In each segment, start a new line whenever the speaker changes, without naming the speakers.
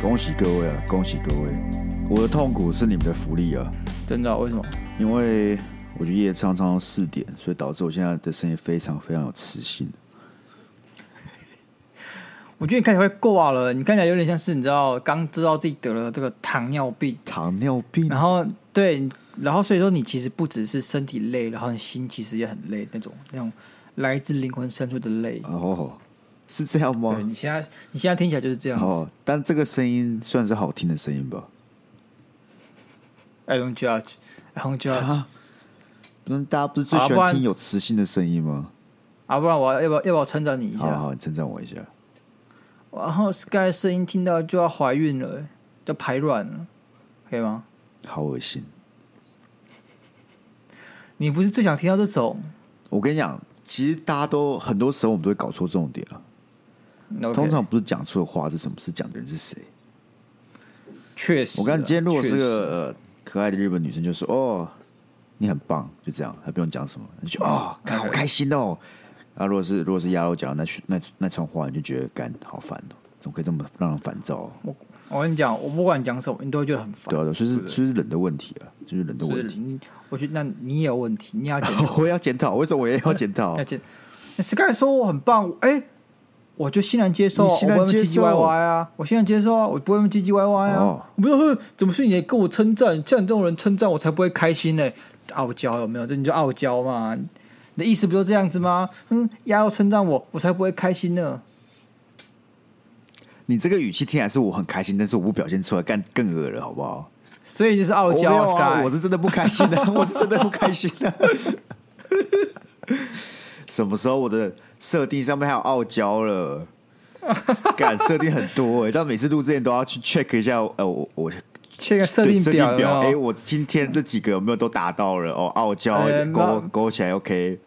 恭喜各位啊，恭喜各位！我的痛苦是你们的福利啊，
真的哦、为什么？
因为我去夜唱唱到四点，所以导致我现在的声音非常非常有磁性。
我觉得你看起来快挂了，你看起来有点像是你知道刚知道自己得了这个糖尿病，
糖尿病
然后对，然后所以说你其实不只是身体累，然后你心其实也很累，那种那种来自灵魂深处的累。
哦，是这样吗
对？你现在你现在听起来就是这样子。
哦，但这个声音算是好听的声音吧？
I don't judge, I don't judge
啊，不嗯是大家不是最喜
好啊不
欢
然
听有磁性的声音吗？
啊，不然我要要不要要不要我称赞你一
好
下？
好，你称赞我一下。
然后 Sky 声音听到就要怀孕了，要排卵了，可以吗？
好恶心！
你不是最想听到这种
我跟你讲，其实大家都很多时候我们都会搞错重点啊。
？OK？
通常不是讲错的话是什么，是讲的人是谁。
确实啊，
我刚今天如果是
确实
个、呃、可爱的日本女生，就说哦，你很棒，就这样，还不用讲什么，你就哦，
嗯
看 好开心哦。啊，如果是如果是鸭肉饺，那那那串话，你就觉得干好烦哦，怎么可以这么让人烦躁、哦？
我我跟你讲，我不管你讲什么，你都会觉得很烦
对。啊，对啊所以是所以是人的问题啊，就是人的
就是
问题。
你，我觉得那你也有问题，哎你也要检讨，
我要检讨，为什么我也要检 讨
要？检。那 Sky 说我很棒，哎、我就欣然接受，啊
你
我
欣
不
然
会唧
接
唧
受
歪歪啊，我欣然接受啊，我不会唧唧歪歪啊。
哦
我不知道说怎么是你跟我称赞，像你这种人称赞我才不会开心呢、傲娇有没有？这你就傲娇嘛，你的意思不就这样子吗？嗯，丫要称赞我，我才不会开心呢。
你这个语气听起来是我很开心，但是我不表现出来，干更恶了，好不好？
所以就是傲
我没
娇、
有啊，
Sky，
我是真的不开心的、 我是真的不开心的、什么时候我的设定上面还有傲娇了？敢设定很多哎、但每次录之前都要去 check 一下，呃，我我
这个设
对
定表有没有
哎、我今天这几个有没有都达到了？哦，傲娇
哎
勾
那
勾起来 OK，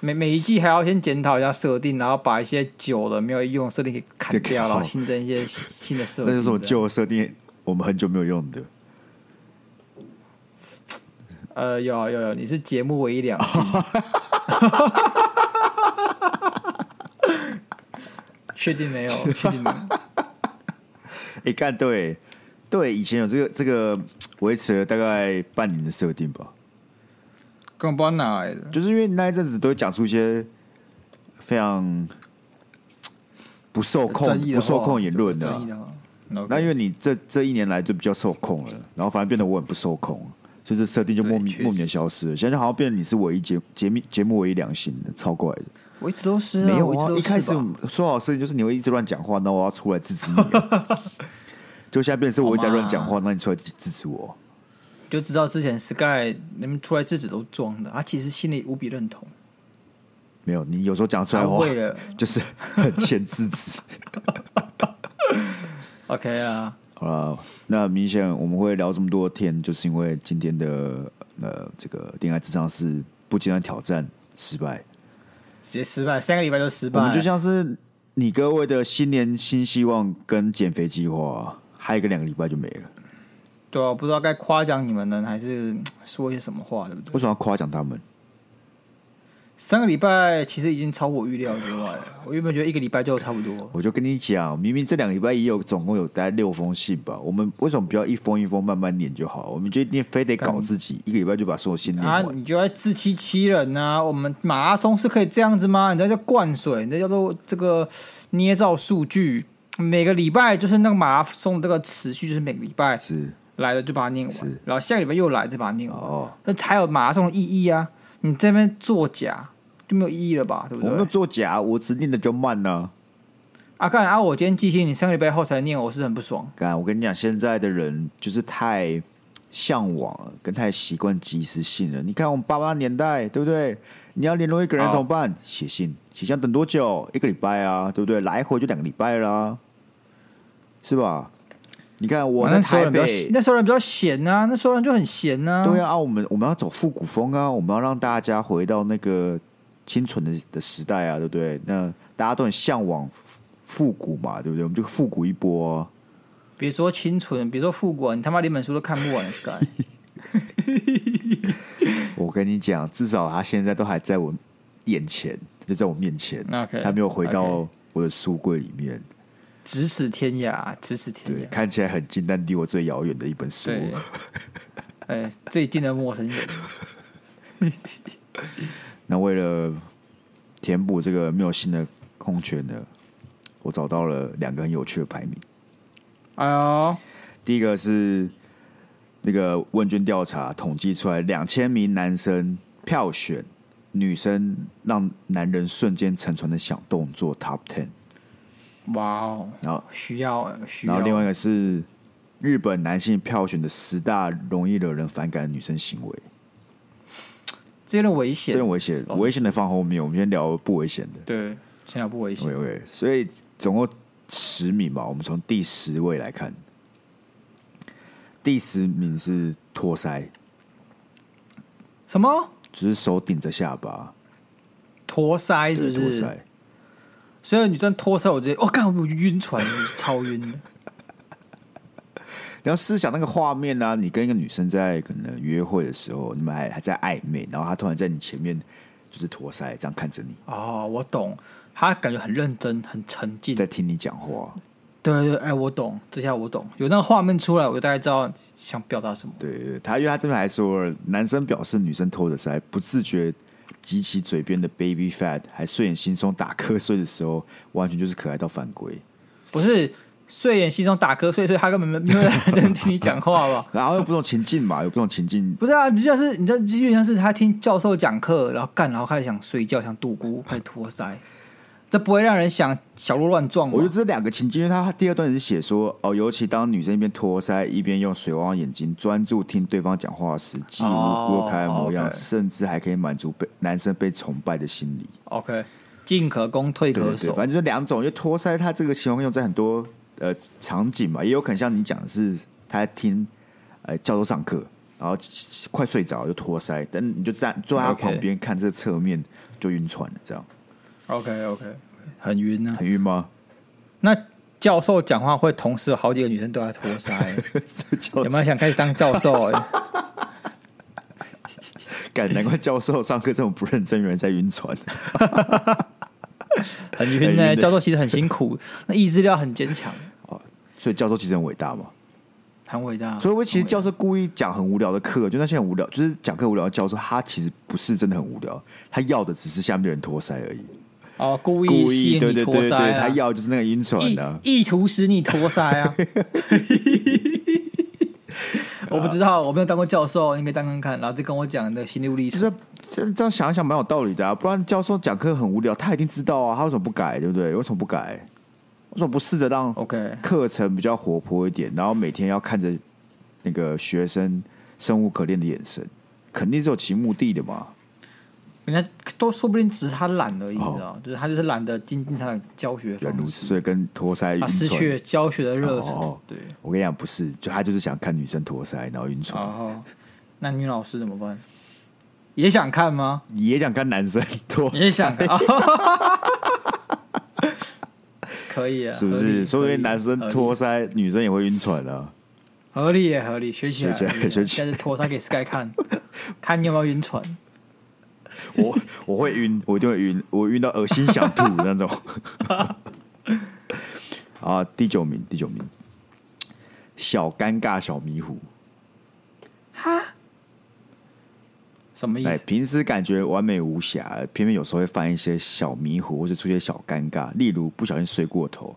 每每一季还要先检讨一下设定，然后把一些旧的没有用的设定给砍
给砍
掉，然后
掉
新增一些新的设
那
定。
就是我们
这样
旧的设定，我们很久没有用的。
呃，有啊有啊有啊，你是节目唯一两 季，确定没有？确定没有？
哎、干对对，以前有这个这个维持了大概半年的设定吧，
根本不知道哪来的。
就是因为那一阵子都会讲出一些非常不受控
呃争、议的
不
话
受控言论的
争
啊
议。的话，那
那因为你这这一年来就比较受控了，然后反而变得我很不受控，所以这设定就
对
莫名
确实
莫名的消失了。现在好像变成你是唯一节节目节目唯一良心的，超怪的。
我一直都是、啊、
没有
我直
啊，
都是
一开始
吧
说好事情就是你会一直乱讲话，那我要出来制 止你啊。就现在变成是我一直在乱讲话，那你出来制制止我。
就知道之前 Sky 你们出来制止都装的，他啊其实心里无比认同，
没有，你有时候讲出来
他
的话
为了
就是很欠制止。
OK 啊，
好了，那明显我们会聊这么多天，就是因为今天的呃这个恋爱智商是不简单挑战失败，
直接失败，三个礼拜就失败
我
了，
们就像是你各位的新年新希望跟减肥计划，还有一个两个礼拜就没了。
对啊，不知道该夸奖你们呢，还是嗯说一些什么话，对不对？
为什么要夸奖他们？
三个礼拜其实已经超我预料之 外了，我原本觉得一个礼拜就差不多。
我就跟你讲，明明这两个礼拜也有总共有大概六封信吧，我们为什么不要一封一封慢慢念就好？我们就一定非得搞自己，一个礼拜就把所有信念
啊，
完。
你就在自欺欺人呐、我们马拉松是可以这样子吗？你这叫灌水，你这叫做这个捏造数据。每个礼拜就是那个马拉松的这个持续，就是每个礼拜
是
来了就把它念完
是，
然后下个礼拜又来再把它念完，
哦，
那才有马拉松的意义啊！你这边作假就没有意义了吧？对不
我
对？
没有作假，我只念的比较慢呢、
啊，干啊！我今天记性，你三个礼拜后才念，我是很不爽。
干，我跟你讲，现在的人就是太向往了，跟太习惯即时性了。你看我们爸妈年代，对不对？你要联络一个人
好
怎么办？写信，写信要等多久？一个礼拜啊，对不对？来回就两个礼拜啦、是吧？你看我
啊
在
那时候
台
人比较
北，
闲，那时候人比较闲呐、那时候人就很闲呐、
对啊，啊，我们我们要走复古风啊，我们要让大家回到那个清纯的的时代啊，对不对？那大家都很向往复古嘛，对不对？我们就复古一波啊、
别说清纯，别说复古啊，你他妈连本书都看不 完了，Sky。
我跟你讲，至少他现在都还在我眼前，就在我面前
OK，
他没有回
OK
到我的书柜里面。
咫尺天涯，啊咫尺
对，
天涯。
看起来很近，但离我最遥远的一本书。
对， 哎，最近的陌生人，
那为了填补这个没有新的空缺呢，我找到了两个很有趣的排名。
哎呦，
第一个是那个问卷调查统计出来，两千名男生票选女生让男人瞬间沉船的小动作 Top Ten，
哇哦，
然后
需要需
然
要。
后另外一个是日本男性票选的十大容易惹人反感的女生行为，
这有点危险，
这种危险
哦
危险的放后面，我们先聊不危险的。
对，现在不危险。
对对，所以总共十名嘛，我们从第十位来看，第十名是托腮，
什么
只、是手顶着下巴，
托腮是不
对托
是？
腮。
所以女生托腮，我直接，我、哦、干，我就晕船，超晕的。
你要思想那个画面啊，你跟一个女生在可能约会的时候，你们还还在暧昧，然后她突然在你前面就是托腮这样看着你，
哦，我懂，她感觉很认真，很沉浸。
在
对
听你讲话。
对对，哎，我懂，这下我懂，有那个画面出来，我就大概知道想表达什么。
对对对，他因为他这边还说了，男生表示女生托着腮，不自觉及其嘴边的 baby fat，还睡眼惺忪打瞌睡的时候，完全就是可爱到犯规。
不是睡眼惺忪打瞌睡，所以她根本没没有在认真听你讲话吧？
然后有不同情境嘛，有不同情境，
不是啊，就像是你知道，就像是他听教授讲课，然后干，然后开始想睡觉，想度孤，开始托腮，这不会让人想小鹿乱撞吗？
我觉得这两个情境，因为他第二段是写说，哦，尤其当女生一边托腮一边用水汪汪眼睛专注听对方讲话时，既无
哦
过开的模样，
OK
甚至还可以满足被男生被崇拜的心理。
OK，进可攻，退
对
可
对对，
守。
反正就两种，因为托腮它这个形容用在很多呃场景嘛，也有可能像你讲的是他在听呃教授上课，然后快睡着就托腮，但你就站坐在他
OK
旁边看这侧面就晕船了，这样
OK OK，很晕啊。
很晕 吗？
那教授讲话会同时有好几个女生对他托 腮，
这教
有没有想开始当教授、欸？
感难怪教授上课这种不认真，原来在晕船。
很
很
晕呢、
晕的
教授其实很辛苦，那意志力要很坚强，
所以教授其实很伟大嘛。
很伟大。
所以，我其实教授故意讲很无聊的课，就那些很无聊，就是讲课无聊的教授，他其实不是真的很无聊，他要的只是下面人托腮而已，
哦，故意
故
吸
意
引
对
你
对
托
对对，
腮、啊，
他要就是那个晕船
意
的、啊。
意图使你托腮啊！我不知道，我没有当过教授，应该当看看，然后再跟我讲你的心路历
就
程。
是这这样想一想蛮有道理的啊，不然教授讲课很无聊，他一定知道啊，他为什么不改，对不对？为什么不改？为什么不试着让
OK，
课程比较活泼一点，然后每天要看着那个学生生无可恋的眼神，肯定是有其目的的嘛。
人家都说不定只是他懒而已，你知道
哦，
就是他就是懒得精进他的教学
原来如
方
此，
式，
所以跟托腮晕
他
船。
失去了教学的热忱。
哦
对，
我跟你讲，不是，就他就是想看女生托腮，然后晕船，
然后那女老师怎么办？也想看吗？
也想看男生 托
也
腮，
想看，可以啊，
是不
合
是？
理
说不定男生托
合理
腮，女生也会晕船啊。
合理也合理，学起来，
学起来
合理
学起来
下次拖他给 Sky 看， 看你有没有晕船。
我我会晕，我一定会晕，我晕到恶心想吐那种。 啊，第九名，第九名，小尴尬小迷糊。
什么意
哎，
思？
平时感觉完美无瑕，偏偏有时候会犯一些小迷糊，或是出现小尴尬，例如不小心睡过头，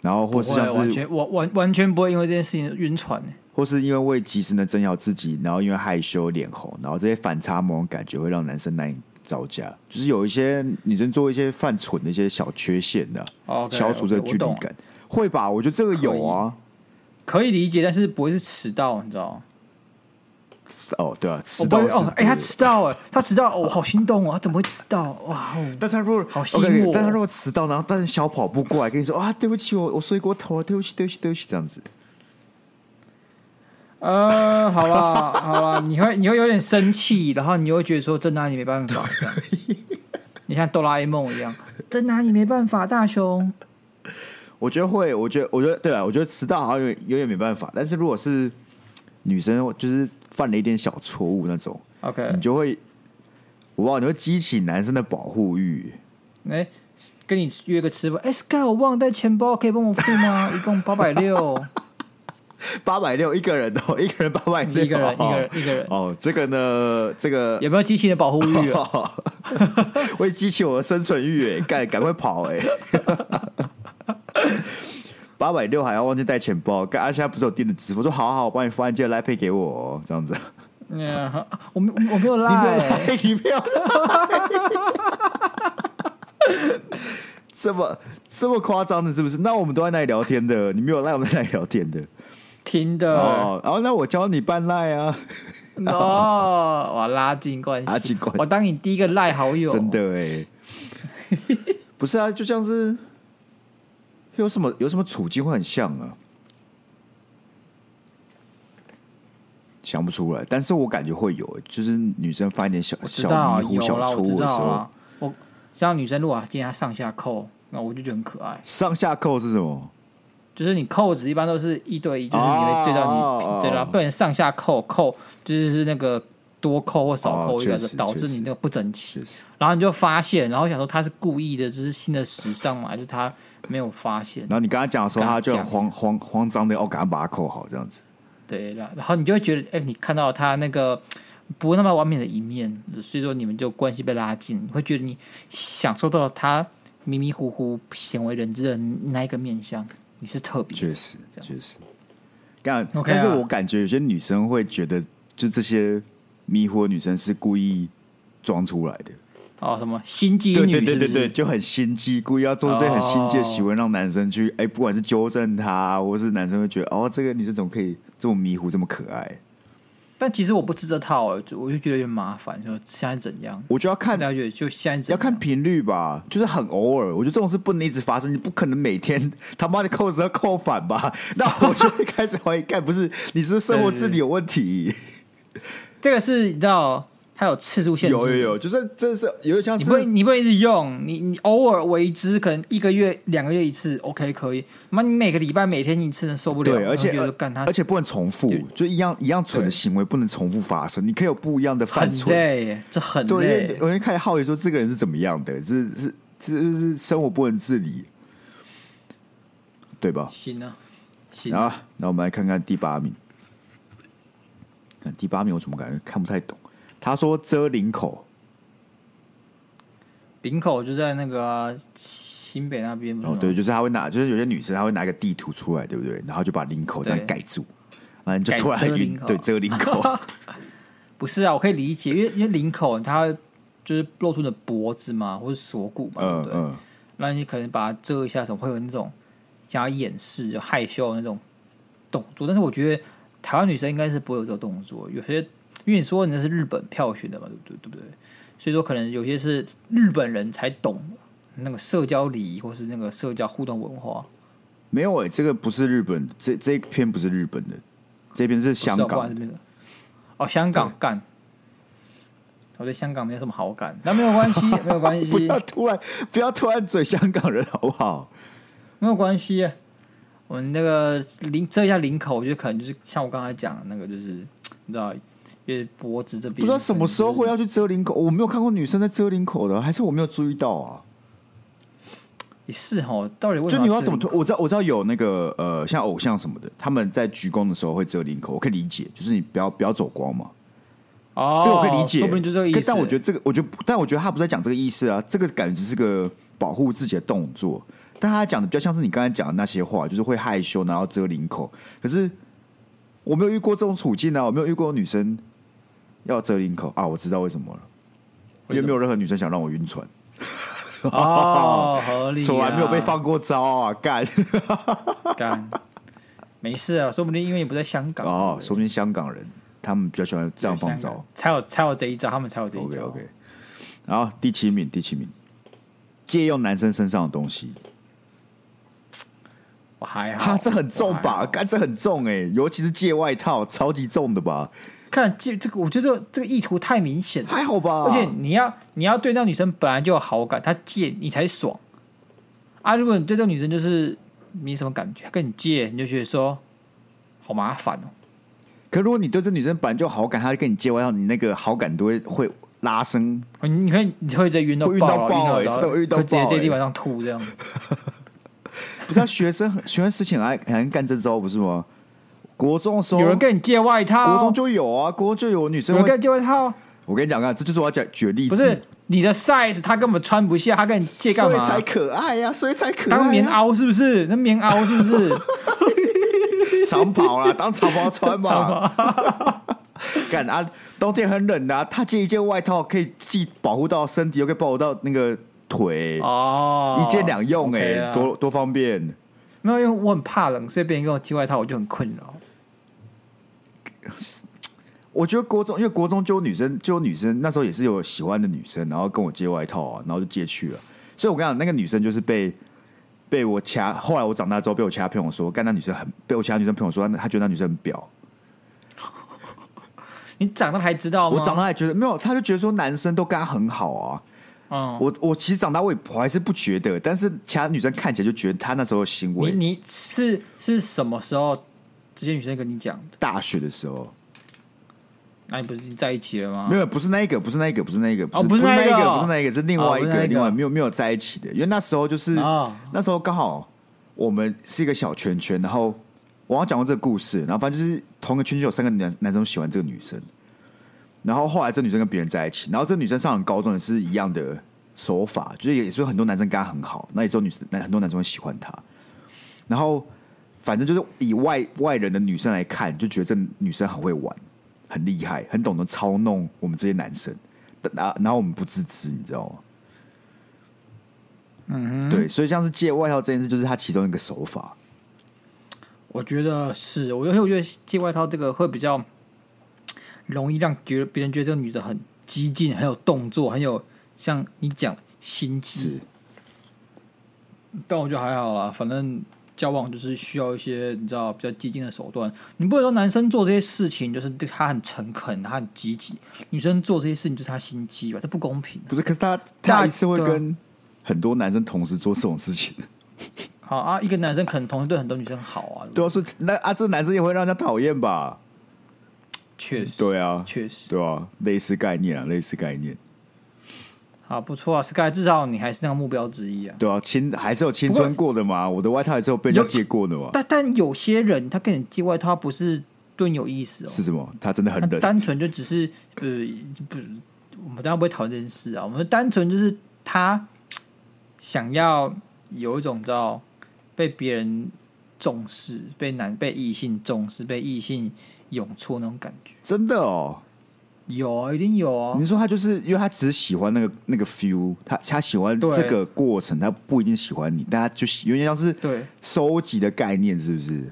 然后或
我
是像
完
是，
全我完完全不会因为这件事情晕船、欸。
或是因为为及时能整好自己，然后因为害羞脸红，然后这些反差萌感觉会让男生难以招架，就是有一些女生做一些犯蠢的一些小缺陷的、
哦 OK，
消除这个
OK，
距离
我懂
感，会吧？我觉得这个有啊，
可以理解，但是不会是迟到，你知道吗？
哦，对啊，迟
我不
到
会
是
哦，哎、他
对
迟到哎，他迟到，我、好心动哦，他怎么会迟到？哇哦！
但他如果
好吸
OK，
引我
但他如果迟到，然后但是小跑步过来跟你说啊，对不起，我我睡过头了，对不起，对不起，对不起，这样子，
呃，好啦好啦，你会你会有点生气，然后你又会觉得说这拿你没办法，这样，你像哆啦 A 梦一样，这拿你没办法，大雄。
我觉得会，我觉得我觉得对啊，我觉得迟到好像有有点没办法，但是如果是女生就是犯了一点小错误那种，
OK，
你就会我忘了你会激起男生的保护欲。
哎、跟你约个吃饭，哎、s k y 我忘了带钱包，可以帮我付吗？一共八百六，
八百六一个人哦， 一个人八百六，
一个人一个人一个人
哦，这个呢，这个
有没有激起你的保护欲啊？
会激起我的生存欲哎，赶赶快跑哎！ 八百六还要忘记带钱包，干啊！现在不是有电子支付，我说好好，我帮你付按键来配给我哦、这样子。
嗯，好我没我没有
你没有
赖、
来，你没有来， 这么这么夸张的，是不是？那我们都在那里聊天的，你没有来，我们在那里聊天的。
听的
哦，然后那我教你办赖啊，
哦，哇，拉近关系，
拉近关系
我当你第一个赖好友，
真的 哎，不是啊，就像是有什么有什么处境会很像啊，想不出来，但是我感觉会有欸，就是女生犯一点小
我知
小
道
迷糊、
有啦，
小错
我
误
知
的时
道
候
啊，，我像女生如果今天她上下扣，那我就觉得很可爱。
上下扣是什么？
就是你扣子一般都是一对一，就是你会对到你，
哦
对啦，不然上下扣扣就是那个多扣或少扣一个，
哦确实
导致
确
你
实
那个不整齐
确实。
然后你就发现，然后想说他是故意的，就是新的时尚嘛，还是他没有发现
然？后你跟他讲的时候，
跟他
他就很
讲
慌慌慌张的，哦，赶快把它扣好，这样子。
对啦，然后你就会觉得，哎、你看到他那个不那么完美的一面，所以说你们就关系被拉近，你会觉得你享受到他迷迷糊糊、鲜为人知的那一个面相，你是特别的。
确实，确实。但
OK 啊
但是我感觉有些女生会觉得，就这些迷惑女生是故意装出来的，
哦，什么心机
对
女是
对
不
对
是？
对对，就很心机，故意要做这些很心机的行为，让男生去哎、不管是纠正他，或是男生会觉得哦，这个女生怎么可以这么迷糊，这么可爱？
但其实我不吃这套、欸，就我就觉得有点麻烦。说现在怎样？
我觉得要看
大家觉得就现在怎
要
样？
看频率吧，就是很偶尔。我觉得这种事不能一直发生，你不可能每天 他妈的扣子要扣反吧？ 那我就会开始怀疑，干不是你是不是生活自理有问题？
这个是你知道，它有次数限制，
有有有，就是这是有点像
你
是
不会你不会一直用，你你偶尔为之，可能一个月、两个月一次，OK 可以。妈，你每个礼拜每天一次，受不了。
对，而且
然后觉得干他
而且不能重复，就一样一样蠢的
对
行为不能重复发生，你可以有不一样的犯
很
蠢。
累欸，这很
对，因为
累。
我就开始好奇说这个人是怎么样的，是是是是生活不能自理，对吧？
行啊，行
然后，那我们来看看第八名。看第八名，我怎么感觉看不太懂？他说遮领口，
林口就在那个啊、新北那边，不是
哦
吗，
对，就是他会拿，就是有些女生她会拿一个地图出来，对不对？然后就把领口这样
对
盖住，然后你就
盖
突然
遮
晕
领，口
对，遮领口，
不是啊，我可以理解，因为因为林口它就是露出你的脖子嘛，或者锁骨嘛，对
嗯
不对？
嗯，
那你可能把它遮一下，什么会有那种想要掩饰、就害羞的那种动作。但是我觉得台湾女生应该是不会有这种动作，有些因为你说那是日本票选的嘛，对对对不对？所以说可能有些是日本人才懂那个社交礼仪或是那个社交互动文化，
没有哎、这个不是日本，这这一篇不是日本的，这篇是香
不知道不然
港
这
的，
边的。哦，香港干，哦我对香港没有什么好感，那没有关 系，没有关
不
系
要，突然不要突然嘴香港人好不好？
没有关系。我们那个领遮一下领口，我觉得可能就是像我刚才讲的那个，就是你知道，就是脖子这边
不知道什么时候会要去遮领口，我没有看过女生在遮领口的，还是我没有注意到啊？
也是哦，到底为什
就
么
你要
遮
怎么
领口
推？我知道我知道有那个呃，像偶像什么的，他们在鞠躬的时候会遮领口，我可以理解，就是你不要不要走光嘛，
哦，
这个我可以理解。
说不定就这个意
可
思。
但我觉得这个，我觉得但我觉得他不在讲这个意思啊，这个感觉只是个保护自己的动作，但他讲的比较像是你刚才讲的那些话，就是会害羞，然后遮领口。可是我没有遇过这种处境啊，我没有遇过女生要遮领口啊，我知道为什么了，因为
为什么
没有任何女生想让我晕船。
哦，合理啊，
从来没有被放过招啊！干
干，没事啊，说不定因为你不在香港
哦，说不定香港人他们比较喜欢这样放
香
招
港。才有才有这一招，他们才有这一
OK
招。
OK，然后第七名，第七名，借用男生身上的东西，
我还好，
哈，这很重
我还
吧？
好？
干，这很重哎、尤其是借外套，超级重的吧？
看这这个，我觉得这个这个意图太明显了，
还好吧？
而且你要你要对那女生本来就有好感，她借你才爽啊。如果你对这个女生就是没什么感觉，她跟你借你就觉得说好麻烦哦。
可如果你对这女生本来就有好感，她跟你借外套，你那个好感都会会拉伸，
你你看你会直接晕到
会晕
爆
到
啊，
爆欸
晕到
真的会晕到
会直接
爆
在
欸
地板上吐这样。
不是、啊、学生 很学生事情还还能干这招不是吗？国中的时候，
有人跟你借外
啊国
套
中，就有啊，国中就有女
有
生
人
会
跟。你借外套，
我跟你讲啊，这就是我要讲举的例子，
不是你的 size，他根本穿不下，他跟你借干
所以才
嘛？
可爱啊呀、所以才可爱、啊。
当棉袄是不是？那棉袄是 不是？
长袍 啦，当长袍穿
长
嘛。 干啊，冬天很冷的、啊，他借一件外套可以既保护到身体，又可以保护到那个腿，
哦，
一件两用哎、
OK 啊
多多方便。
没有，因为我很怕冷，所以别人跟我借外套，我就很困扰。
我觉得国中，因为国中就有女生，就有女生那时候也是有喜欢的女生，然后跟我借外套啊，然后就借去了。所以我跟你讲，那个女生就是被被我掐，后来我长大之后被我其他朋友说，干那女生很被我其他女生朋友说，她她觉得那女生很婊。
你长大还知道吗？
我长大还觉得没有，她就觉得说男生都跟她很好啊，
嗯，
我我其实长大我也我还是不觉得，但是其他女生看起来就觉得她那时候的行
你
为，
你是是什么时候这些女生跟你讲的？
大学的时候
那你不是已经在一起了吗
没？有，不是那一个，不是那一个，不是那一个，
哦
不
不
是
是
不
那
是
一
一
个
个，
哦
不是那一个，是另外一
哦不是
个，
那一个
另外没有没有在一起的，因为那时候就是
哦
那时候刚好我们是一个小圈圈，然后我好像讲过这个故事，然后反正就是同一个圈圈有三个男男生喜欢这个女生，然后后来这女生跟别人在一起，然后这女生上了高中也是一样的手法，就是也是有很多男生跟她很好，那也只有女生男很多男生会喜欢她，然后反正就是以外外人的女生来看，就觉得这女生很会玩，很厉害，很懂得操弄我们这些男生，然后然后我们不自知，你知道吗？
嗯哼，
对，所以像是借外套这件事，就是他其中一个手法。
我觉得是，我而且我觉得借外套这个会比较嗯容易让觉得别人觉得这个女的很激进，很有动作，很有像你讲心
是
机。但我觉得还好啦，反正交往就是需要一些你知道比较激进的手段。你不能说男生做这些事情就是他很诚恳，他很积极；女生做这些事情就是他心机吧，这不公平。
不是？可是他
大
他一次会
对啊
跟很多男生同时做这种事情，
好啊，一个男生可能同时对很多女生好啊，
对啊，所以那啊，这男生也会让人家讨厌吧？
确实，
对啊，
确实，
对啊，类似概念啊，类似概念，
好不错啊，Sky，至少你还是那个目标之一啊。
对啊，青还是有青春过的嘛，我的外套还是有被人家借过的嘛，
但但有些人他跟你借外套，他不是对你有意思哦，
是什啊么？他真的很
他
冷，
单纯就只是不不，我们当然不会讨论这件事啊，我们单纯就是他想要有一种你知道被别人重视、被男被异性重视、被异性涌出那种感觉，
真的哦。
有啊，一定有啊。
你说他就是因为他只喜欢那个那个 feel，他他喜欢
对
这个过程，他不一定喜欢你，但他就喜有点像是
对，
收集的概念，是不是？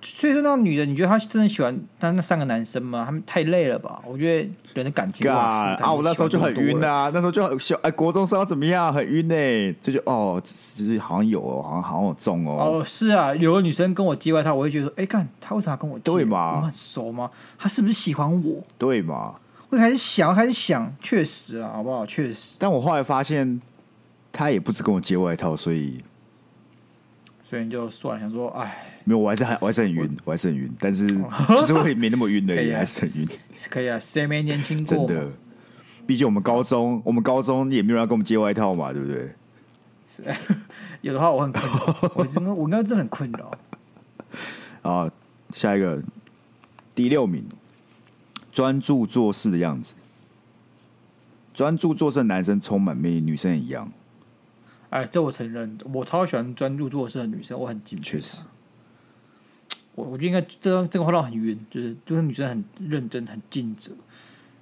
所以说那个女的，你觉得她真的喜欢那那三个男生吗？他们太累了吧？我觉得人的感情
干
哇
啊！我那时候就很晕
啊。
啊，那时候就很小哎，国中生要怎么样？很晕呢、这就哦，就是好像有哦，好像好像有中哦，
哦，是啊，有个女生跟我借外套，我会觉得说，哎、看她为什么要跟我借？
对嘛
我们很熟吗？她是不是喜欢我？
对嘛？
会开始想，开始想，确实啊，好不好？确实，
但我后来发现，他也不止跟我借外套，所以
所以你就算了，想说，哎，
没有，我还是很我还是很晕，我还是很晕，但是就是会没那么晕的，
哦 可以
也
啊
还是很晕，
可以啊，谁没年轻过
真
嘛？
的。毕竟我们高中，我们高中也没有人要跟我们借外套嘛，对不对？
有的话我很困扰，我真的我应该真的很困扰。
啊，下一个第六名，专注做事的样子。专注做事的男生充满魅力，女生也一样。
哎，这我承认，我超喜欢专注做事的女生，我很敬佩她
确实，
我我觉得应该这这个会让我很晕，就是就是女生很认真、很尽责，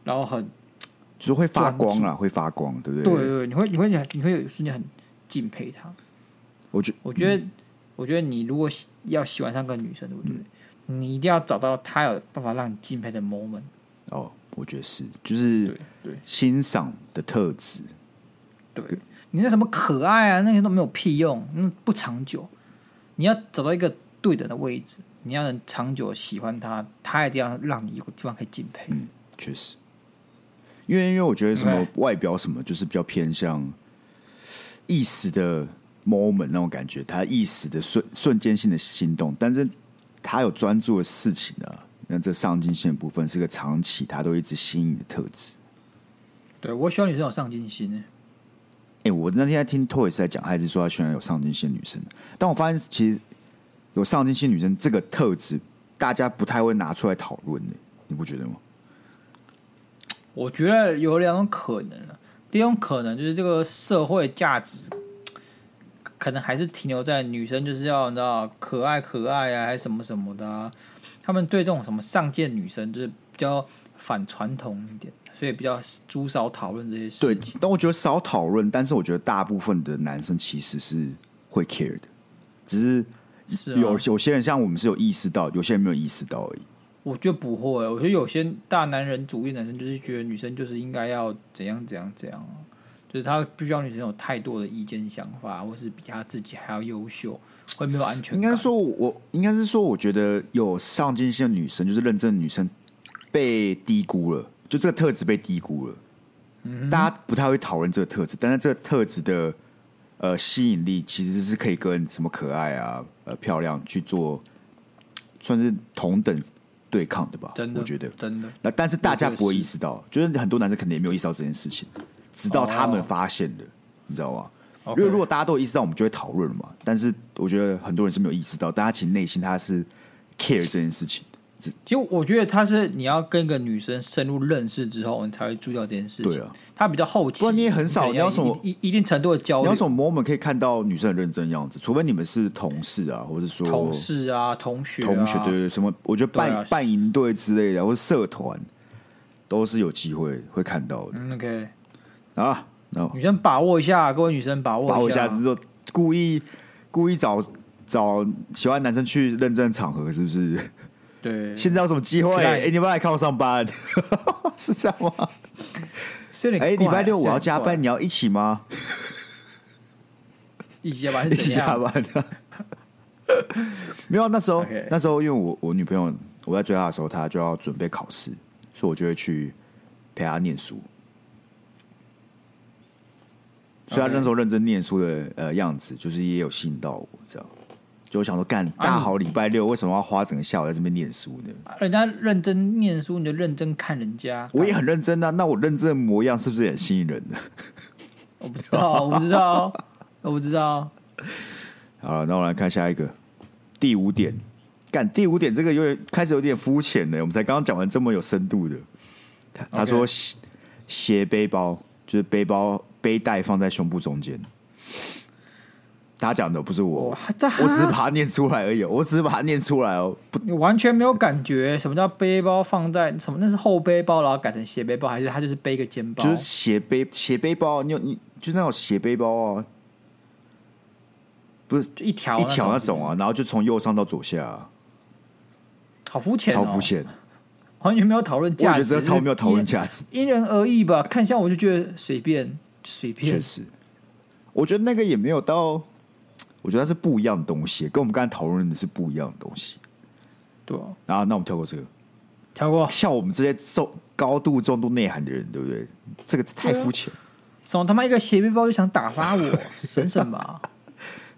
然后很
就是会发光
专
啦，会发光，对不
对
对？
对对，你会你会你会有一瞬间很敬佩她。
我觉
我觉得，我觉得你如果喜要喜欢上个女生，对不对？
嗯
你一定要找到她有办法让你敬佩的 moment。
哦，我觉得是，就是
对对
欣赏的特质。
对，你那什么可爱啊，那些都没有屁用，那不长久。你要找到一个对等的位置，你要能长久喜欢她，她一定要让你有个地方可以敬佩。
嗯，确实。因为因为我觉得什么
OK
外表什么，就是比较偏向一时的 moment 那种感觉，他一时的瞬瞬间性的心动，但是他有专注的事情啊。那这上进性的部分是个长期，他都一直吸引你的特质。
对我喜欢女生有上进心呢。
哎、我那天在听 Toys 在讲，还是说他喜欢有上进心的女生，但我发现其实有上进心女生这个特质，大家不太会拿出来讨论的，你不觉得吗？
我觉得有两种可能啊，第一种可能就是这个社会价值，可能还是停留在女生就是要你知道可爱可爱啊，还是什么什么的、啊，他们对这种什么上届女生就是比较反传统一点，所以比较猪少讨论这些事
对
情。，
但我觉得少讨论，但是我觉得大部分的男生其实是会 care 的，只是
是啊
有有些人像我们是有意识到，有些人没有意识到而已。
我觉得不会，我觉得有些大男人主义男生就是觉得女生就是应该要怎样怎样怎样啊，就是他必须要女生有太多的意见想法，或是比他自己还要优秀，会没有安全
应
感。
该说我，应该是说，我觉得有上进心的女生，就是认真的女生，被低估了，就这个特质被低估了。
嗯
大家不太会讨论这个特质，但是这个特质的呃吸引力其实是可以跟什么可爱啊、呃漂亮去做，算是同等对抗的吧？
真的，
我觉得。
真的，
那但是大家
我觉得
不会
是
意识到，就是很多男生可能也没有意识到这件事情，直到他们发现的，你知道吗？因
哦 OK
为如果大家都有意识到，我们就会讨论嘛。但是我觉得很多人是没有意识到，但他其实内心他是 care 这件事情的。
其实我觉得他是你要跟一个女生深入认识之后，你才会注意到这件事情。
对啊，
他比较后期，
不然你也很少
可能要
你要什么
一一一定程度的交
你
流
要，从 moment 可以看到女生很认真的样子，除非你们是同事啊，或者说
同、事啊，同学、啊，
同学，对对对，什么？我觉得办、
对啊是
办营队之类的，或者社团，都是有机会会看到的、
嗯，OK，
啊。那
女生把握一下，各位女生把握
把我
下
下次就故意故意找找喜欢男生去认证场合，是不是？
对，
现在有什么机会？
嗯对
哎、你们来看我上班， 是这样吗？
是有点
哎、
怪
礼
啊
拜六我要加，
是有
班，
点
你要一起吗？
怪一起加班是
一
怎
起
样
加班的。没有，那时候
OK
那时候因为我我女朋友我在追她的时候，她就要准备考试，所以我就会去陪她念书。所以她
OK
那时候认真念书的呃样子，就是也有吸引到我，这样。就我想说，干
啊
大
你
好礼拜六，为什么要花整个下午在这边念书呢？
啊人家认真念书，你就认真看人家。
我也很认真啊，那我认真的模样是不是也很吸引人呢？
我不 知道，我不知道，我不知道。
好了，那我来看下一个，第五点，干第五点这个有点开始有点肤浅了，我们才刚刚讲完这么有深度的。他他
OK
说斜斜背包就是背包背带放在胸部中间，他讲的不是我，
哇这
我只是把它念出来而已哦，我只是把它念出来哦，不
你完全没有感觉什么叫背包放在什么？那是后背包，然后改成斜背包，还是他就是背一个肩包？
就是斜背斜背包，啊你有你就那种斜背包啊，不是
就一条
一条那种
啊，
啊，然后就从右上到左下啊、
好肤浅、哦，
超肤，浅，
完全没有讨论
我也
价
觉
值，
得这个超没有讨论价值。
因，因人而异吧。看像我就觉得随便，随
确
便，
实，我觉得那个也没有到，我觉得它是不一样的东西，跟我们刚才讨论的是不一样的东西。
对、啊，
然后，那我们跳过这个，
跳过。
像我们这些重高度重度内涵的人，对不对？这个太肤浅。
什么他妈一个斜背包就想打发我， 省省吧。啊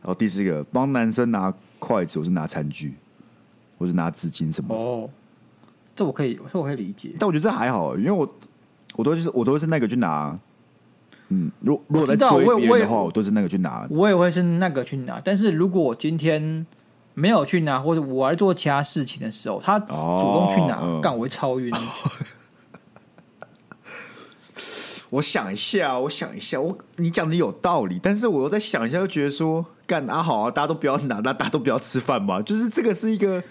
然后第四个，帮男生拿筷子，我是拿餐具，我是拿纸巾什么的。
哦，这我可以，这我可以理解。
但我觉得这还好，因为我我都是我都是那个去拿。嗯，如果如果
我
在
知道
追
我也
别人的
我
话，
也
我都是那个去拿。
我也会是那个去拿，但是如果我今天没有去拿，或者我在做其他事情的时候，他主动去拿，
嗯
干、我会超晕。
我想一下，我想一下，我你讲的有道理，但是我又在想一下，又觉得说，干啊好啊，大家都不要拿， 那大家都不要吃饭嘛，就是这个是一个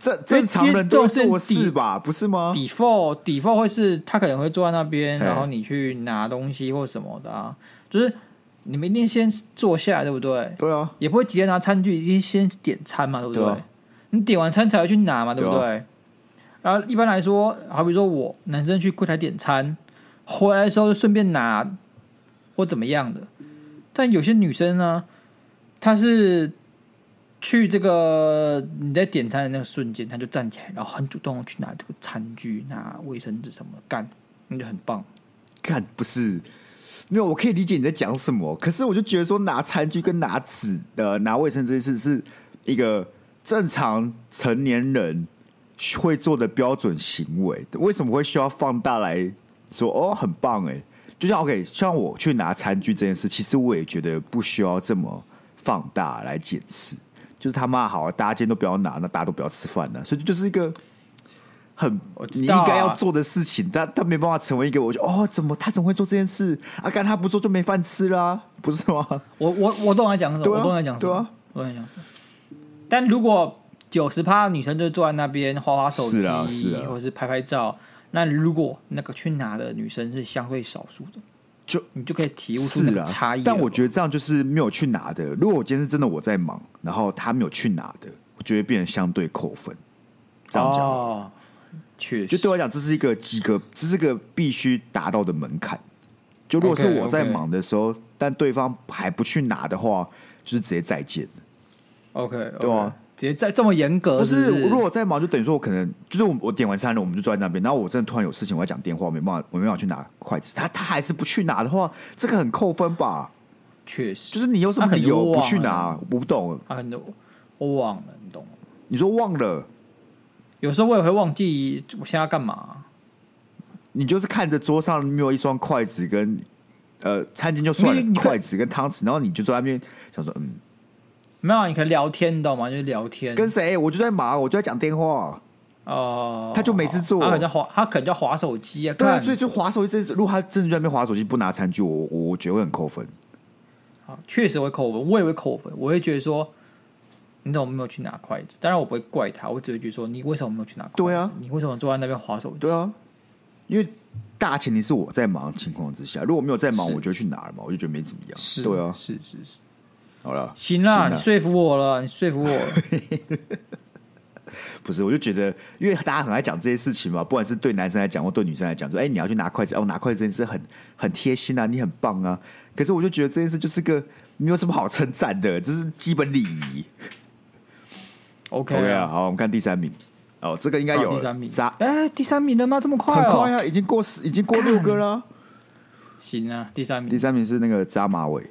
正正常人都会做事吧，不是吗？
default default 会是他可能会坐在那边，
嘿
然后你去拿东西或什么的啊，就是你们一定先坐下来，对不对？
对啊，
也不会直接拿餐具，一定先点餐嘛，对不对？
对啊
你点完餐才会去拿嘛，对不对？
对啊
然后一般来说，好比说我男生去柜台点餐，回来的时候就顺便拿或怎么样的。但有些女生呢，她是去这个你在点餐的那个瞬间，她就站起来，然后很主动地去拿这个餐具、拿卫生纸什么的干，那就很棒。
干不是。没有，我可以理解你在讲什么，可是我就觉得说拿餐具跟拿纸呃拿卫生这件事是一个正常成年人会做的标准行为，为什么会需要放大来说？哦，很棒哎、就像 OK，像我去拿餐具这件事，其实我也觉得不需要这么放大来解释。就是他妈好、啊，大家今天都不要拿，那大家都不要吃饭呢、啊所以这就是一个很
我知
你
道啊
应该要做的事情，但他没办法成为一个，我就哦，怎么他怎么会做这件事啊？干他不做就没饭吃啦、不是吗？
我我我懂他讲什么，
对啊
我懂他讲什
对
么，
啊
我懂他讲什么。但如果九十趴女生就坐在那边划划手机，
是啊是啊
或者是拍拍照，那如果那个去拿的女生是相对少数的，
就
你就可以体悟出
是
那
啦
个差异啊了吧。
但我觉得这样就是没有去拿的。如果我今天是真的我在忙，然后他没有去拿的，我就会变成相对扣分。这样讲，
哦，确
就
实，
对啊我来讲，这是一个及格，这是个必须达到的门槛。就如果是
OK，
我在
OK
忙的时候但对方还不去拿的话，就是直接再见。
OK，, o k
对啊
直接在这么严格
不
是
是，
不是
如果我在忙，就等于说我可能就是我我点完餐了，我们就坐在那边，然后我真的突然有事情，我要讲电话，我没办法，我没办法去拿筷子。他他还是不去拿的话，这个很扣分吧？
确实，
就是你有什么
他可
理
能
由
忘
不去
了
拿？我不懂。
啊，很多我忘了，你懂吗？
你说忘了，
有时候我也会忘记我现在要干嘛、
你就是看着桌上没有一双筷子跟呃餐巾就算
你你
了，
看
筷子跟汤匙，然后你就坐在那边想说，嗯，
没有啊，你可以聊天，你懂吗？就是聊天，
跟谁？我就在忙，我就在讲电话。
哦，
他就没事做
他可能在滑，他可能在滑手机啊，
对啊，
看
所以就划手机这，如果他真的在那边划手机不拿餐具，我我我觉得会很扣分。
啊确实会扣分，我也会扣分，我会觉得说，你怎么没有去拿筷子？当然我不会怪他，我只会觉得说，你为什么没有去拿筷子？
对啊，
你为什么坐在那边滑手机？
对啊，因为大前提是我在忙的情况之下，如果没有在忙，
是
我就去拿了嘛，我就觉得没怎么样。
是，
对啊，
是是是，
好了，
行
行
啦，
啦
你说服我了，你说服我 了，
不是，我就觉得，因为大家很爱讲这些事情嘛，不管是对男生来讲或对女生来讲，说，哎、你要去拿筷子，哦，拿筷子这件事很很贴心啊，你很棒啊。可是我就觉得这件事就是个没有什么好称赞的，这是基本礼仪。
OK
OK 啊，
啊，
好，我们看第三名，哦，这个应该有
好
了
第三名
渣，
哎，第三名了吗？这么快
很
哦？
快啊，已经过十，已经过六个了 啊。
行啊，第三名
第，三名是那个扎马尾，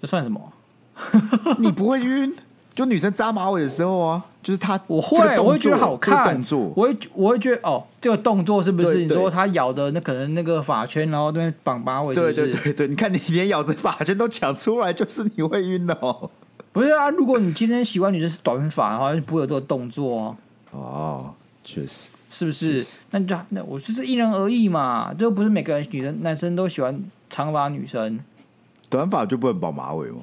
这算什么？
你不会晕？就女生扎马尾的时候啊，就是她
我会
这个，动
我会觉得
作
好
这个
看，
动作
我会我会觉得哦，这个动作是不是？
对
你说
对
他咬的那可能那个发圈，然后那边绑马尾，是不
对
是？
对对对，你看你连咬着发圈都讲出来，就是你会晕的哦。
不是啊，如果你今天喜欢女生是短发的话，就不会有这个动作哦，
哦，确实，
是不是？那你就那我就是因人而异嘛，这又不是每个人女生男生都喜欢长发女生，
短发就不能绑马尾吗？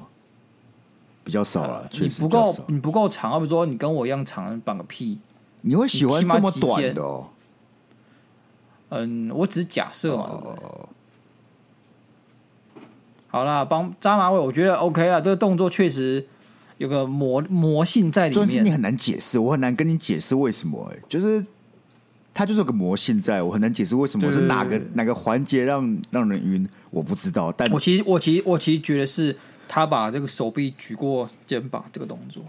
比较少了，哦确
呃你
实
不
比较
够
少。
你不够长，要不说你跟我一样长，绑个屁。
你会喜欢
你起码
这么
几
短
件
的哦？
嗯，我只是假设嘛，对不对
哦，
好啦，帮扎马尾，我觉得 OK 啦，这个动作确实有个魔魔性在里
但是你
面。
很难解释，我很难跟你解释为什么、哎，就是它就是有个魔性在，我很难解释为什么
对
是哪个
对对
哪个环节让让人晕，我不知道。但
我其实我其实我其实觉得是他把这个手臂举过肩膀这个动作，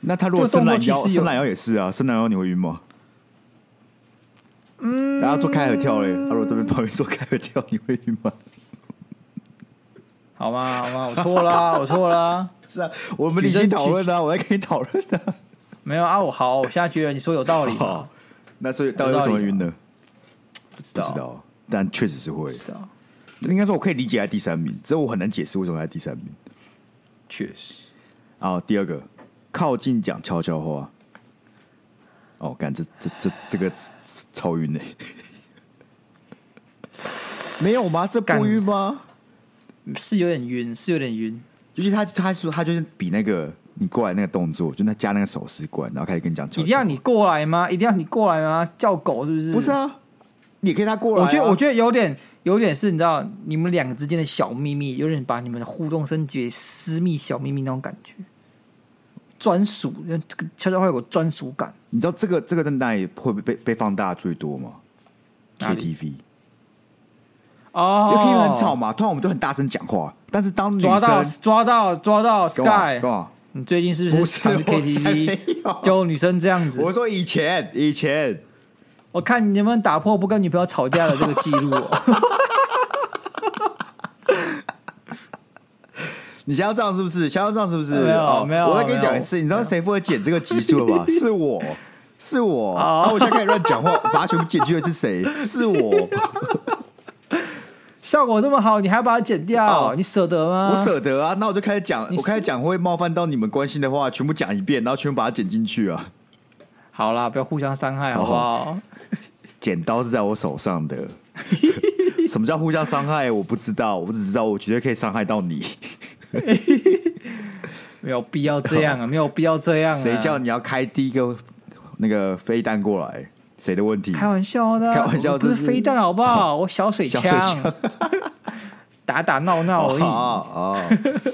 那他如果伸
这个动作
懒
其
腰，
实有
伸懒腰也是啊，伸懒腰你会晕吗？嗯，然后做开合跳嘞，他如果这边旁边做开合跳，你会晕吗？
好吗？好吗？我错啦，我错啦，
是啊，我们已经讨论了啊，我在跟你讨论的。
没有啊，我好，我现在觉得你说有道理，
好，那所以到底为什么晕呢？
不知
不
哦道，啊
知道，但确实是会
不。知道，
应该说我可以理解在第三名，只是我很难解释为什么在第三名。
确实，
然后第二个，靠近讲悄悄话。哦，干这这这这个超晕嘞、没有吗？这
干
不晕吗？
是有点晕，是有点晕，
就是他他说他就是比那个你过来那个动作，就那加那个手势过来，然后开始跟你讲悄悄
一
话。
定要你过来吗？一定要你过来吗？叫狗是不是？
啊不是啊？你也可以他过来、啊。
我觉得，我觉得有点，有点是，你知道，你们两个之间的小秘密，有点把你们的互动升级为私密小秘密那种感觉，专属，这个悄悄话有个专属感。
你知道这个这个在哪里会被被放大最多吗
哪里
？KTV，
哦
因为 KTV 很吵，嘛，通常我们都很大声讲话，但是当女生
哦抓到，抓到，抓
干
到
嘛
，Sky，
干嘛？
你最近是
不
不
是
是常去
我才没
KTV
有
教女生这样子？
我
我
说以前以前，
看你能不能打破不跟女朋友吵架的这个记 录、哦。
你想要这样是不是？想要这样是不是？
没有
哦
没有
我再跟你
没有
讲一次，你知道谁负责剪这个集数了吧？是我，是我，
哦
啊，我现在开始乱讲话，我把它全部剪去了是谁？是我，
效果这么好，你还把它剪掉，
哦
你舍得吗？
我舍得啊，那我就开始讲，
你
我开始讲会冒犯到你们关心的话，全部讲一遍，然后全部把它剪进去啊。
好啦，不要互相伤害，好不
哦
好？
剪刀是在我手上的， 什么叫互相伤害？我不知道，我只知道我绝对可以伤害到你。
没有必要这 样啊，没有必要这样啊。
谁叫你要开第一个那个飞弹过来？谁的问题？
开玩笑的啊？
开玩笑
我不是
这是哦
飞弹，好不好？我小水
小
枪
水，
打打闹闹而已。
哦哦，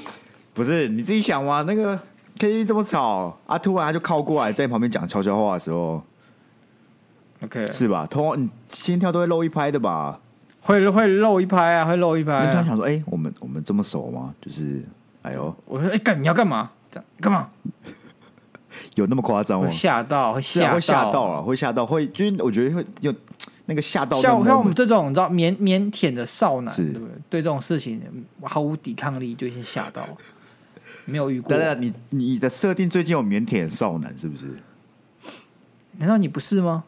不是你自己想嘛？那个 KTV 这么吵啊，突然他就靠过来，在你旁边讲悄悄话的时候，
OK，
是吧？通常你嗯心跳都会漏一拍的吧？
会会漏一拍啊，会漏一拍
你突然
啊。
想说，哎、我们我们这么熟吗？就是，哎呦，
我说哎干，你要干嘛？这样干嘛？
有那么夸张吗
会？吓到，会
哦是啊，
吓
会吓到啊，会吓到，会就是我觉得会有那个吓到的 moment。
像像我们这种你知道腼腼腆的少男，
是
对不对？对这种事情嗯毫无抵抗力，就已经吓到，没有遇过
等。等，你你的设定最近有腼腆少男是不是？
难道你不是吗？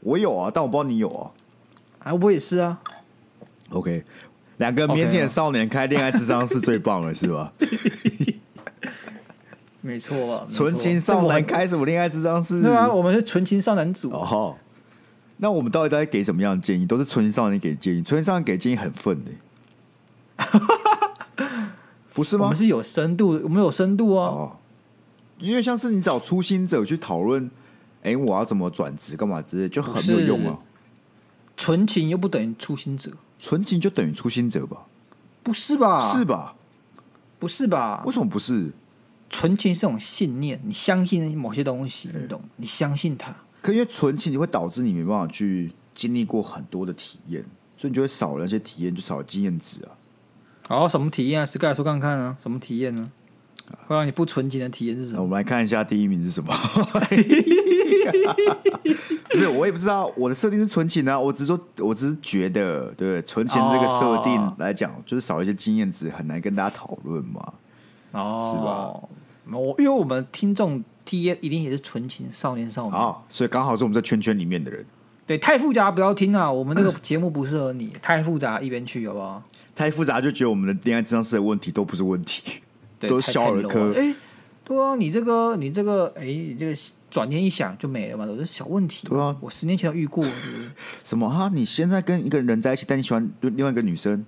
我有啊，但我不知道你有啊。
啊，我也是啊。
OK，两个
OK
腼
啊
腆少年开恋爱智商是最棒了，是 吧？
没错，没错
纯情少男开什么恋爱智商是？
对啊，我们是纯情少男组，
哦，那我们到底都在给什么样的建议？都是纯情少年给建议，纯情少年给建议很愤的、 不是
我
吗
们？是有深度，我们有深度哦。
哦，因为像是你找初心者去讨论，哎、我要怎么转职干嘛之类，就很没有用啊。
纯情又不等于初心者，
纯情就等于初心者吧？
不是吧？
是吧？
不是吧
为？什么不是？
纯情是种信念，你相信某些东西，你懂？你相信它，
可因为纯情，你会导致你没办法去经历过很多的体验，所以你就会少了那些体验，就少了经验值啊。
然后什么体验啊？Sky 说看看啊，什么体验呢、会让你不纯情的体验是什
那我
么？
们来看一下第一名是什么。不是，我也不知道，我的设定是纯情啊，我只是说，我只是觉得，对不对？纯情这个设定
哦
来讲，就是少一些经验值，很难跟大家讨论嘛。
哦，是吧？我因为我们听众 T A 一定也是纯情少年少女，
好，所以刚好是我们这圈圈里面的人，
对，太复杂不要听啊，我们这个节目不适合你，太复杂一边去好不好？
太复杂就觉得我们的恋爱智商是的问题都不是问题，
对
都
太
是小儿
太 low
科
了。哎、对啊，你这个你这个，哎、你这个转念一想就没了嘛，都是小问题。
对啊
我十年前都遇过，是不是
什么啊？你现在跟一个人在一起，但你喜欢另外一个女生，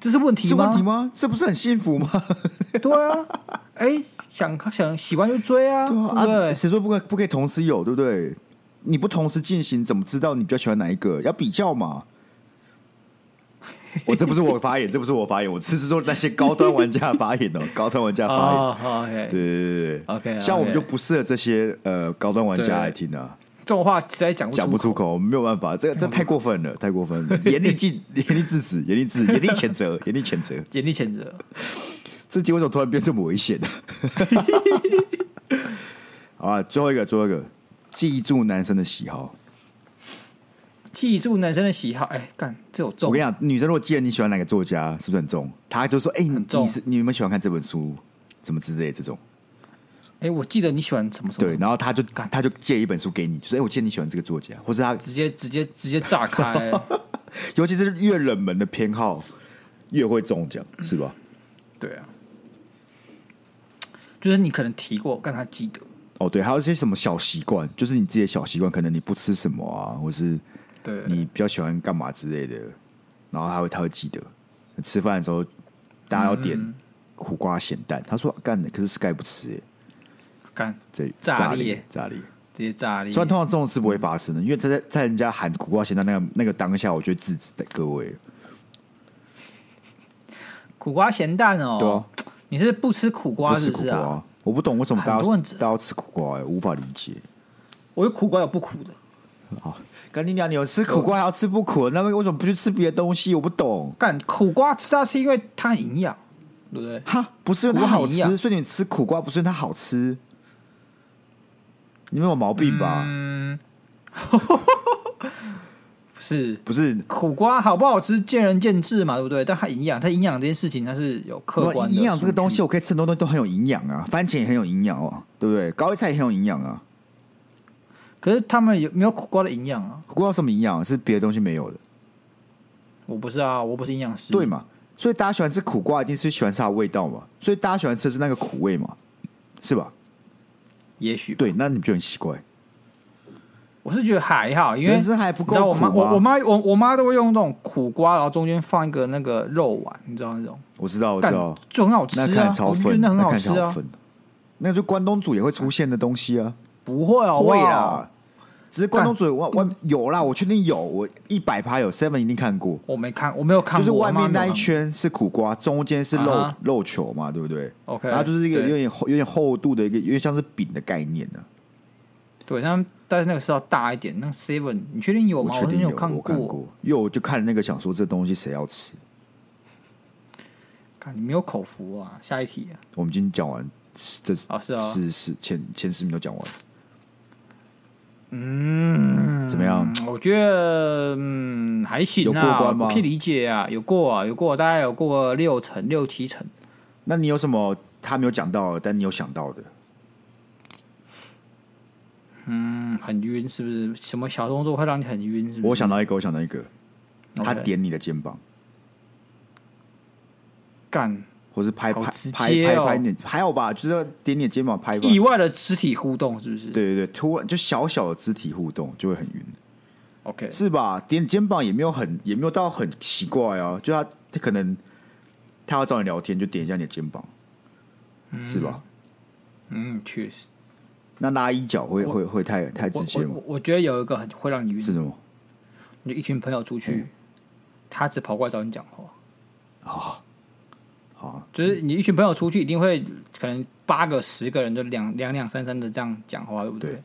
这是问题
是
吗？
问题吗？这不是很幸福吗？
对啊，哎、想想喜欢就追 啊，
对
对
啊
不
啊，
对？
谁说不可不可以同时有，对不对？你不同时进行，怎么知道你比较喜欢哪一个？要比较 嘛。我这不是我的发言，这不是我的发言，我只是说那些高端玩家的发 言哦，高端玩家的发言。
啊，好，OK，
哎对对对对
OK，OK
像我们就不适合这些呃高端玩家
对
来听啊，
这种话实在讲不
讲不
出口。
出口，我们没有办法，这这太过分了，太过分 了，严厉禁，严厉制止，严厉制止，严厉谴责， 严厉谴责。
严厉谴责，
这集为什么突然变这么危险呢？ 好啊，最后一个，最后一个，记住男生的喜好。
记住男生的喜好。哎、干，这有
我
重
跟你，讲，女生如果记得你喜欢哪个作家，是不是很重？她就说：“哎、你
很重
你是你有没有喜欢看这本书？怎么之类的这种？”
哎、我记得你喜欢什么什么
对，
什么，
然后她就她就借一本书给你，就说：“哎、我记得你喜欢这个作家，或是她
直接直接直接炸 开。
尤其是越冷门的偏好越会中奖，是吧？”
对啊，就是你可能提过，但他记得。
哦，对，还有一些什么小习惯，就是你自己的小习惯，可能你不吃什么啊，或是
对，
你比较喜欢干嘛之类的，然后他会他会记得。吃饭的时候，大家
嗯
要点苦瓜咸蛋，他说干的，可是 Sky 不吃、欸，
干
这
炸
炸
裂嗯
裂炸裂。
直接炸裂
虽。然通常这种事不会发生的，因为他在在人家喊苦瓜咸蛋那个那个当下，我就会制止各位。
苦瓜咸蛋哦，
对啊
你是不吃苦瓜
不
是
吃
不
苦
是啊？
瓜，我不懂为什么大
很
家
多人
大家要吃苦瓜、欸，我无法理解。
我有苦瓜有不苦的，
好，跟你讲，你有吃苦瓜还要吃不苦，那为什么不去吃别的东西？我不懂。
干苦瓜吃它是因为它很营养，对不对？
哈，不是因为它好
苦瓜很营
吃，
养
所以你吃苦瓜不是因为它好吃。你们有毛病吧？
嗯不是
不是，
苦瓜好不好吃见仁见智嘛，对不对？但它营养，它营养这件事情它是有客观的
营养这个东西，
数
哦我可以吃很多东西都很有营养啊，番茄也很有营养啊，对不对？高丽菜也很有营养啊，
可是他们有没有苦瓜的营养啊？
苦瓜有什么营养？是别的东西没有的，
我不是啊，我不是营养师。
对嘛？所以大家喜欢吃苦瓜，一定是喜欢吃它的味道嘛。所以大家喜欢吃的是那个苦味嘛，是吧？
也许吧
对，那你就很奇怪，
我是觉得还好，因为
人生还不
你知道
够
我
苦
妈
啊。
我我妈我我妈都会用那种苦瓜，然后中间放一个那个肉丸，你知道那种，
我知道，我知
干
道，
就很好吃
那
啊
看，超
我就觉得
粉，
那很好
看
吃
超
啊，
粉，那就关东煮也会出现的东西啊。
不会啊，
会
啊，
啦，只是关东煮外外有啦，我确定有，我一百趴有 seven 一定看过，
我没看，我没有看
就
过，
是外
我妈
面
没有
那一
看过
圈是苦瓜，中间是肉、
啊哈
肉球嘛，对不对？
，OK，
然后就是一个
对
有点厚有点厚度的一个，有点像是饼的概念啊呢、
对，但但是那个是要大一点，那 seven 你确定有吗？
确
好像
定有，
看
我看
过，
过，因为我就看那个想说这东西谁要吃。
看你没有口福啊，下一题啊，
我们今天讲完这是
哦是啊
是是前前十名都讲完了，
嗯，
怎么样？
我觉得嗯还行
有过
啊，
关吗
我可以理解啊，有过啊，有过，大概有过六成六七成。
那你有什么他没有讲到的，但你有想到的？
嗯，很晕是不是？什么小动作会让你很晕是不是？
我想到一个，我想到一个，他
OK
点你的肩膀。
干
或是拍
好
拍
直
拍
接
拍
哦
拍你，还好吧？就是要点你的肩膀拍吧。
意外的肢体互动是不是？
对对对，突然就小小的肢体互动就会很晕，
，OK，
是吧？点你肩膀也没有很也没有到很奇怪啊，就他他可能他要找你聊天，就点一下你的肩膀，是吧？
嗯，确实。
那拉衣角会会会太太
我
直接
我
吗
我？我觉得有一个很会让你晕
是，嗯什么？
你就一群朋友出去，他只跑过来找你讲话，
啊好，
就是你一群朋友出去一定会可能八个十个人就两两两三三的这样讲话，对不对？
对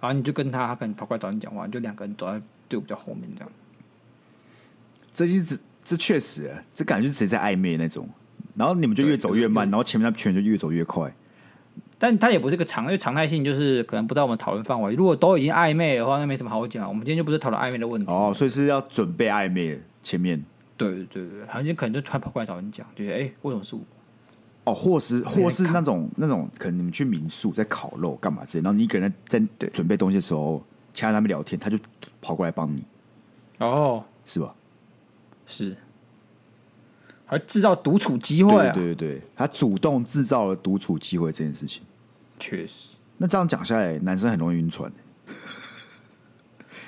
然后你就跟他，他可能跑过来找你讲话，你就两个人走在队伍比较后面这样。
这些这这确实，啊这感觉是谁在暧昧那种，然后你们就越走越慢，然后前面那群人就越走越快。
但它也不是个常，因为常态性就是可能不在我们讨论范围。如果都已经暧昧的话，那没什么好讲。我们今天就不是讨论暧昧的问题。
哦，所以是要准备暧昧前面。
对对对对，然后你可能就突然跑过来找你讲，就是哎、为什么是我？
哦，或是
在
或是那种那种，可能你们去民宿在烤肉干嘛之类，然后你一个人在在
对
准备东西的时候，其他人他们聊天，他就跑过来帮你，
哦，
是吧？
是，还制造独处机会
对
啊，
对对对，他主动制造了独处机会这件事情。
确实，
那这样讲下来，男生很容易晕船，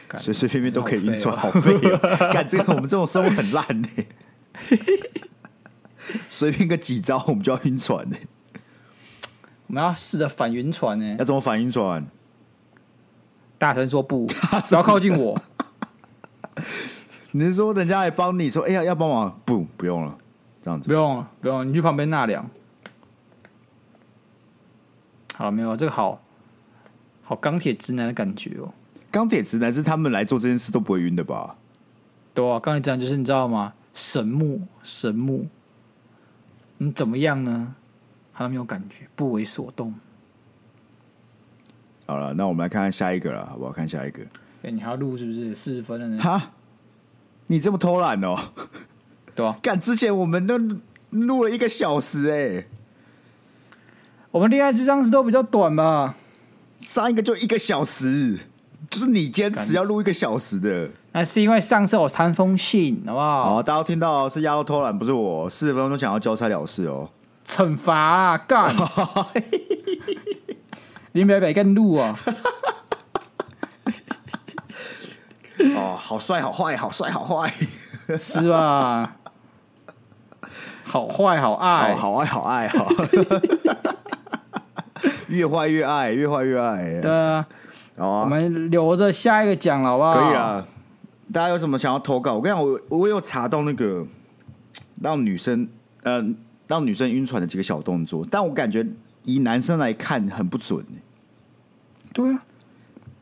干
随随便便都可以晕船，
好啊
好废哦！ 干这个我们这种生活很烂呢、 随便个几招我们就要晕船呢、
我们要试着反晕船呢、
要怎么反晕船？
大声说不，不要靠近我，
你是说人家来帮你说，哎、呀要帮忙？不，不用了，这样子
不用了不用了，你去旁边纳凉。好了，没有这个好好钢铁直男的感觉哦、
钢铁直男是他们来做这件事都不会晕的吧？
对啊，刚才讲就是你知道吗？神木，神木，你怎么样呢？还没有感觉，不为所动。
好了，那我们来看看下一个了，好不好？看下一个。
对，哎你还要录是不是？四十分了呢？
哈，你这么偷懒哦、
对啊，
干，之前我们都录了一个小时哎、
我们恋爱智商是都比较短吧？
上一个就一个小时，就是你坚持要录一个小时的。
那是因为上次我三封信，好不好？
好，大家都听到哦是丫头偷懒，不是我。四十分钟就想要交差了事哦、
惩罚啊，干！林北北跟录 啊，
哦，好帅，好坏，好帅，好坏，
是吧？好坏好爱，
哦好好爱，好爱，好。 越坏越爱，越坏越爱。
对啊，
好啊
我们留着下一个讲了，好不好？
可以，啊，大家有什么想要投稿？我跟你讲，我我有查到那个让女生呃让女生晕船的几个小动作，但我感觉以男生来看很不准、欸。
对啊，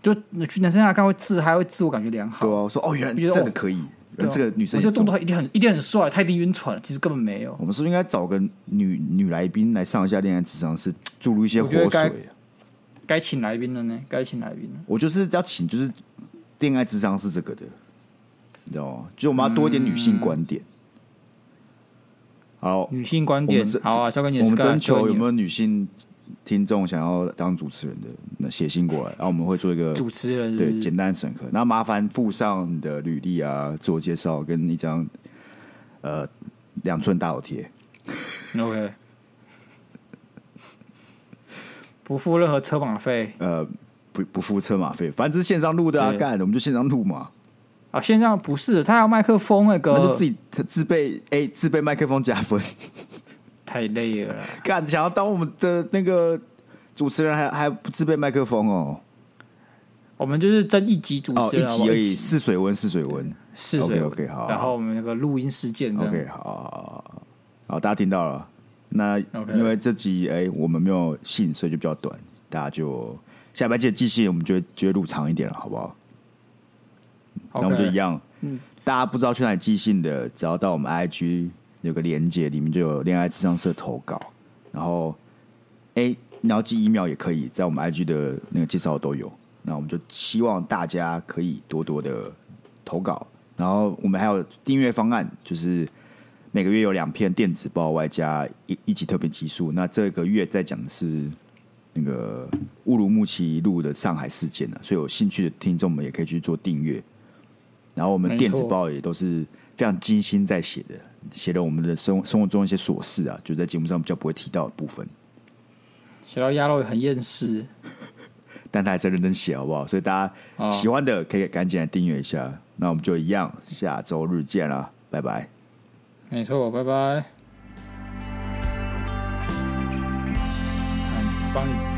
就去男生那看会自嗨，会自我感觉良好。
对啊，我说哦，原来
觉得
这
哦
个可以，
对
原
啊
来这个女生也
我觉得动
中。
作一定很一定很帅，他一定晕船了，其实根本没有。
我们是不是应该找个女女来宾来上一下恋爱智商是注入一些
我
活
觉得
水
该
啊？
该请来宾了呢，该请来宾了。
我就是要请，就是恋爱智商是这个的，你知道吗？就我们要多一点女性观点。好，
女性观
我
点
们，争
好啊，交给你的
我们
Sky，
征
交
求
给
有
你
没有女性听众想要当主持人的，那写信过来，然后我们会做一个
主持人是不
对
是
简单审核。那麻烦附上你的履历啊、自我介绍跟一张呃两寸大头贴。
OK，不付任何车马费
呃，不不付车马费，反正是线上录的啊，
对
干，我们就线上录嘛，
啊！线上不是，他要麦克风那
那就
个
自，己他自备哎、自备麦克风加分，
太累了啦。
干，想要当我们的那个主持人还还不自备麦克风哦，
我们嗯就是争一集主
哦，
持
一
人，好不
集
好
而已，试水温，试水温
试水
OK，OK，好
然后我们那个录音事件这样
，OK，好好好，好好，大家听到了，那
OK
因为这集哎、我们没有信，所以就比较短，大家就下半季寄信，我们就会就会录长一点了，好不好？那
OK
我们就一样，
嗯
大家不知道去哪里寄信的，只要到我们 IG 有个连接，里面就有恋爱智商社投稿，然后哎、你要寄 email 也可以，在我们 IG 的那个介绍都有。那我们就希望大家可以多多的投稿，然后我们还有订阅方案，就是每个月有两篇电子报外加一一集特别集数。那这个月在讲的是那个乌鲁木齐路的上海事件呢、所以有兴趣的听众们也可以去做订阅。然后我们
没
电子
错
报也都是非常精心在写的，写了我们的生生活中一些琐事啊，就在节目上比较不会提到的部分，
写到鸭肉也很厌世
但他还在认真写，好不好？所以大家
哦
喜欢的可以赶紧来订阅一下。那我们就一样，下周日见啦，拜拜。
没错，拜拜。嗯帮你。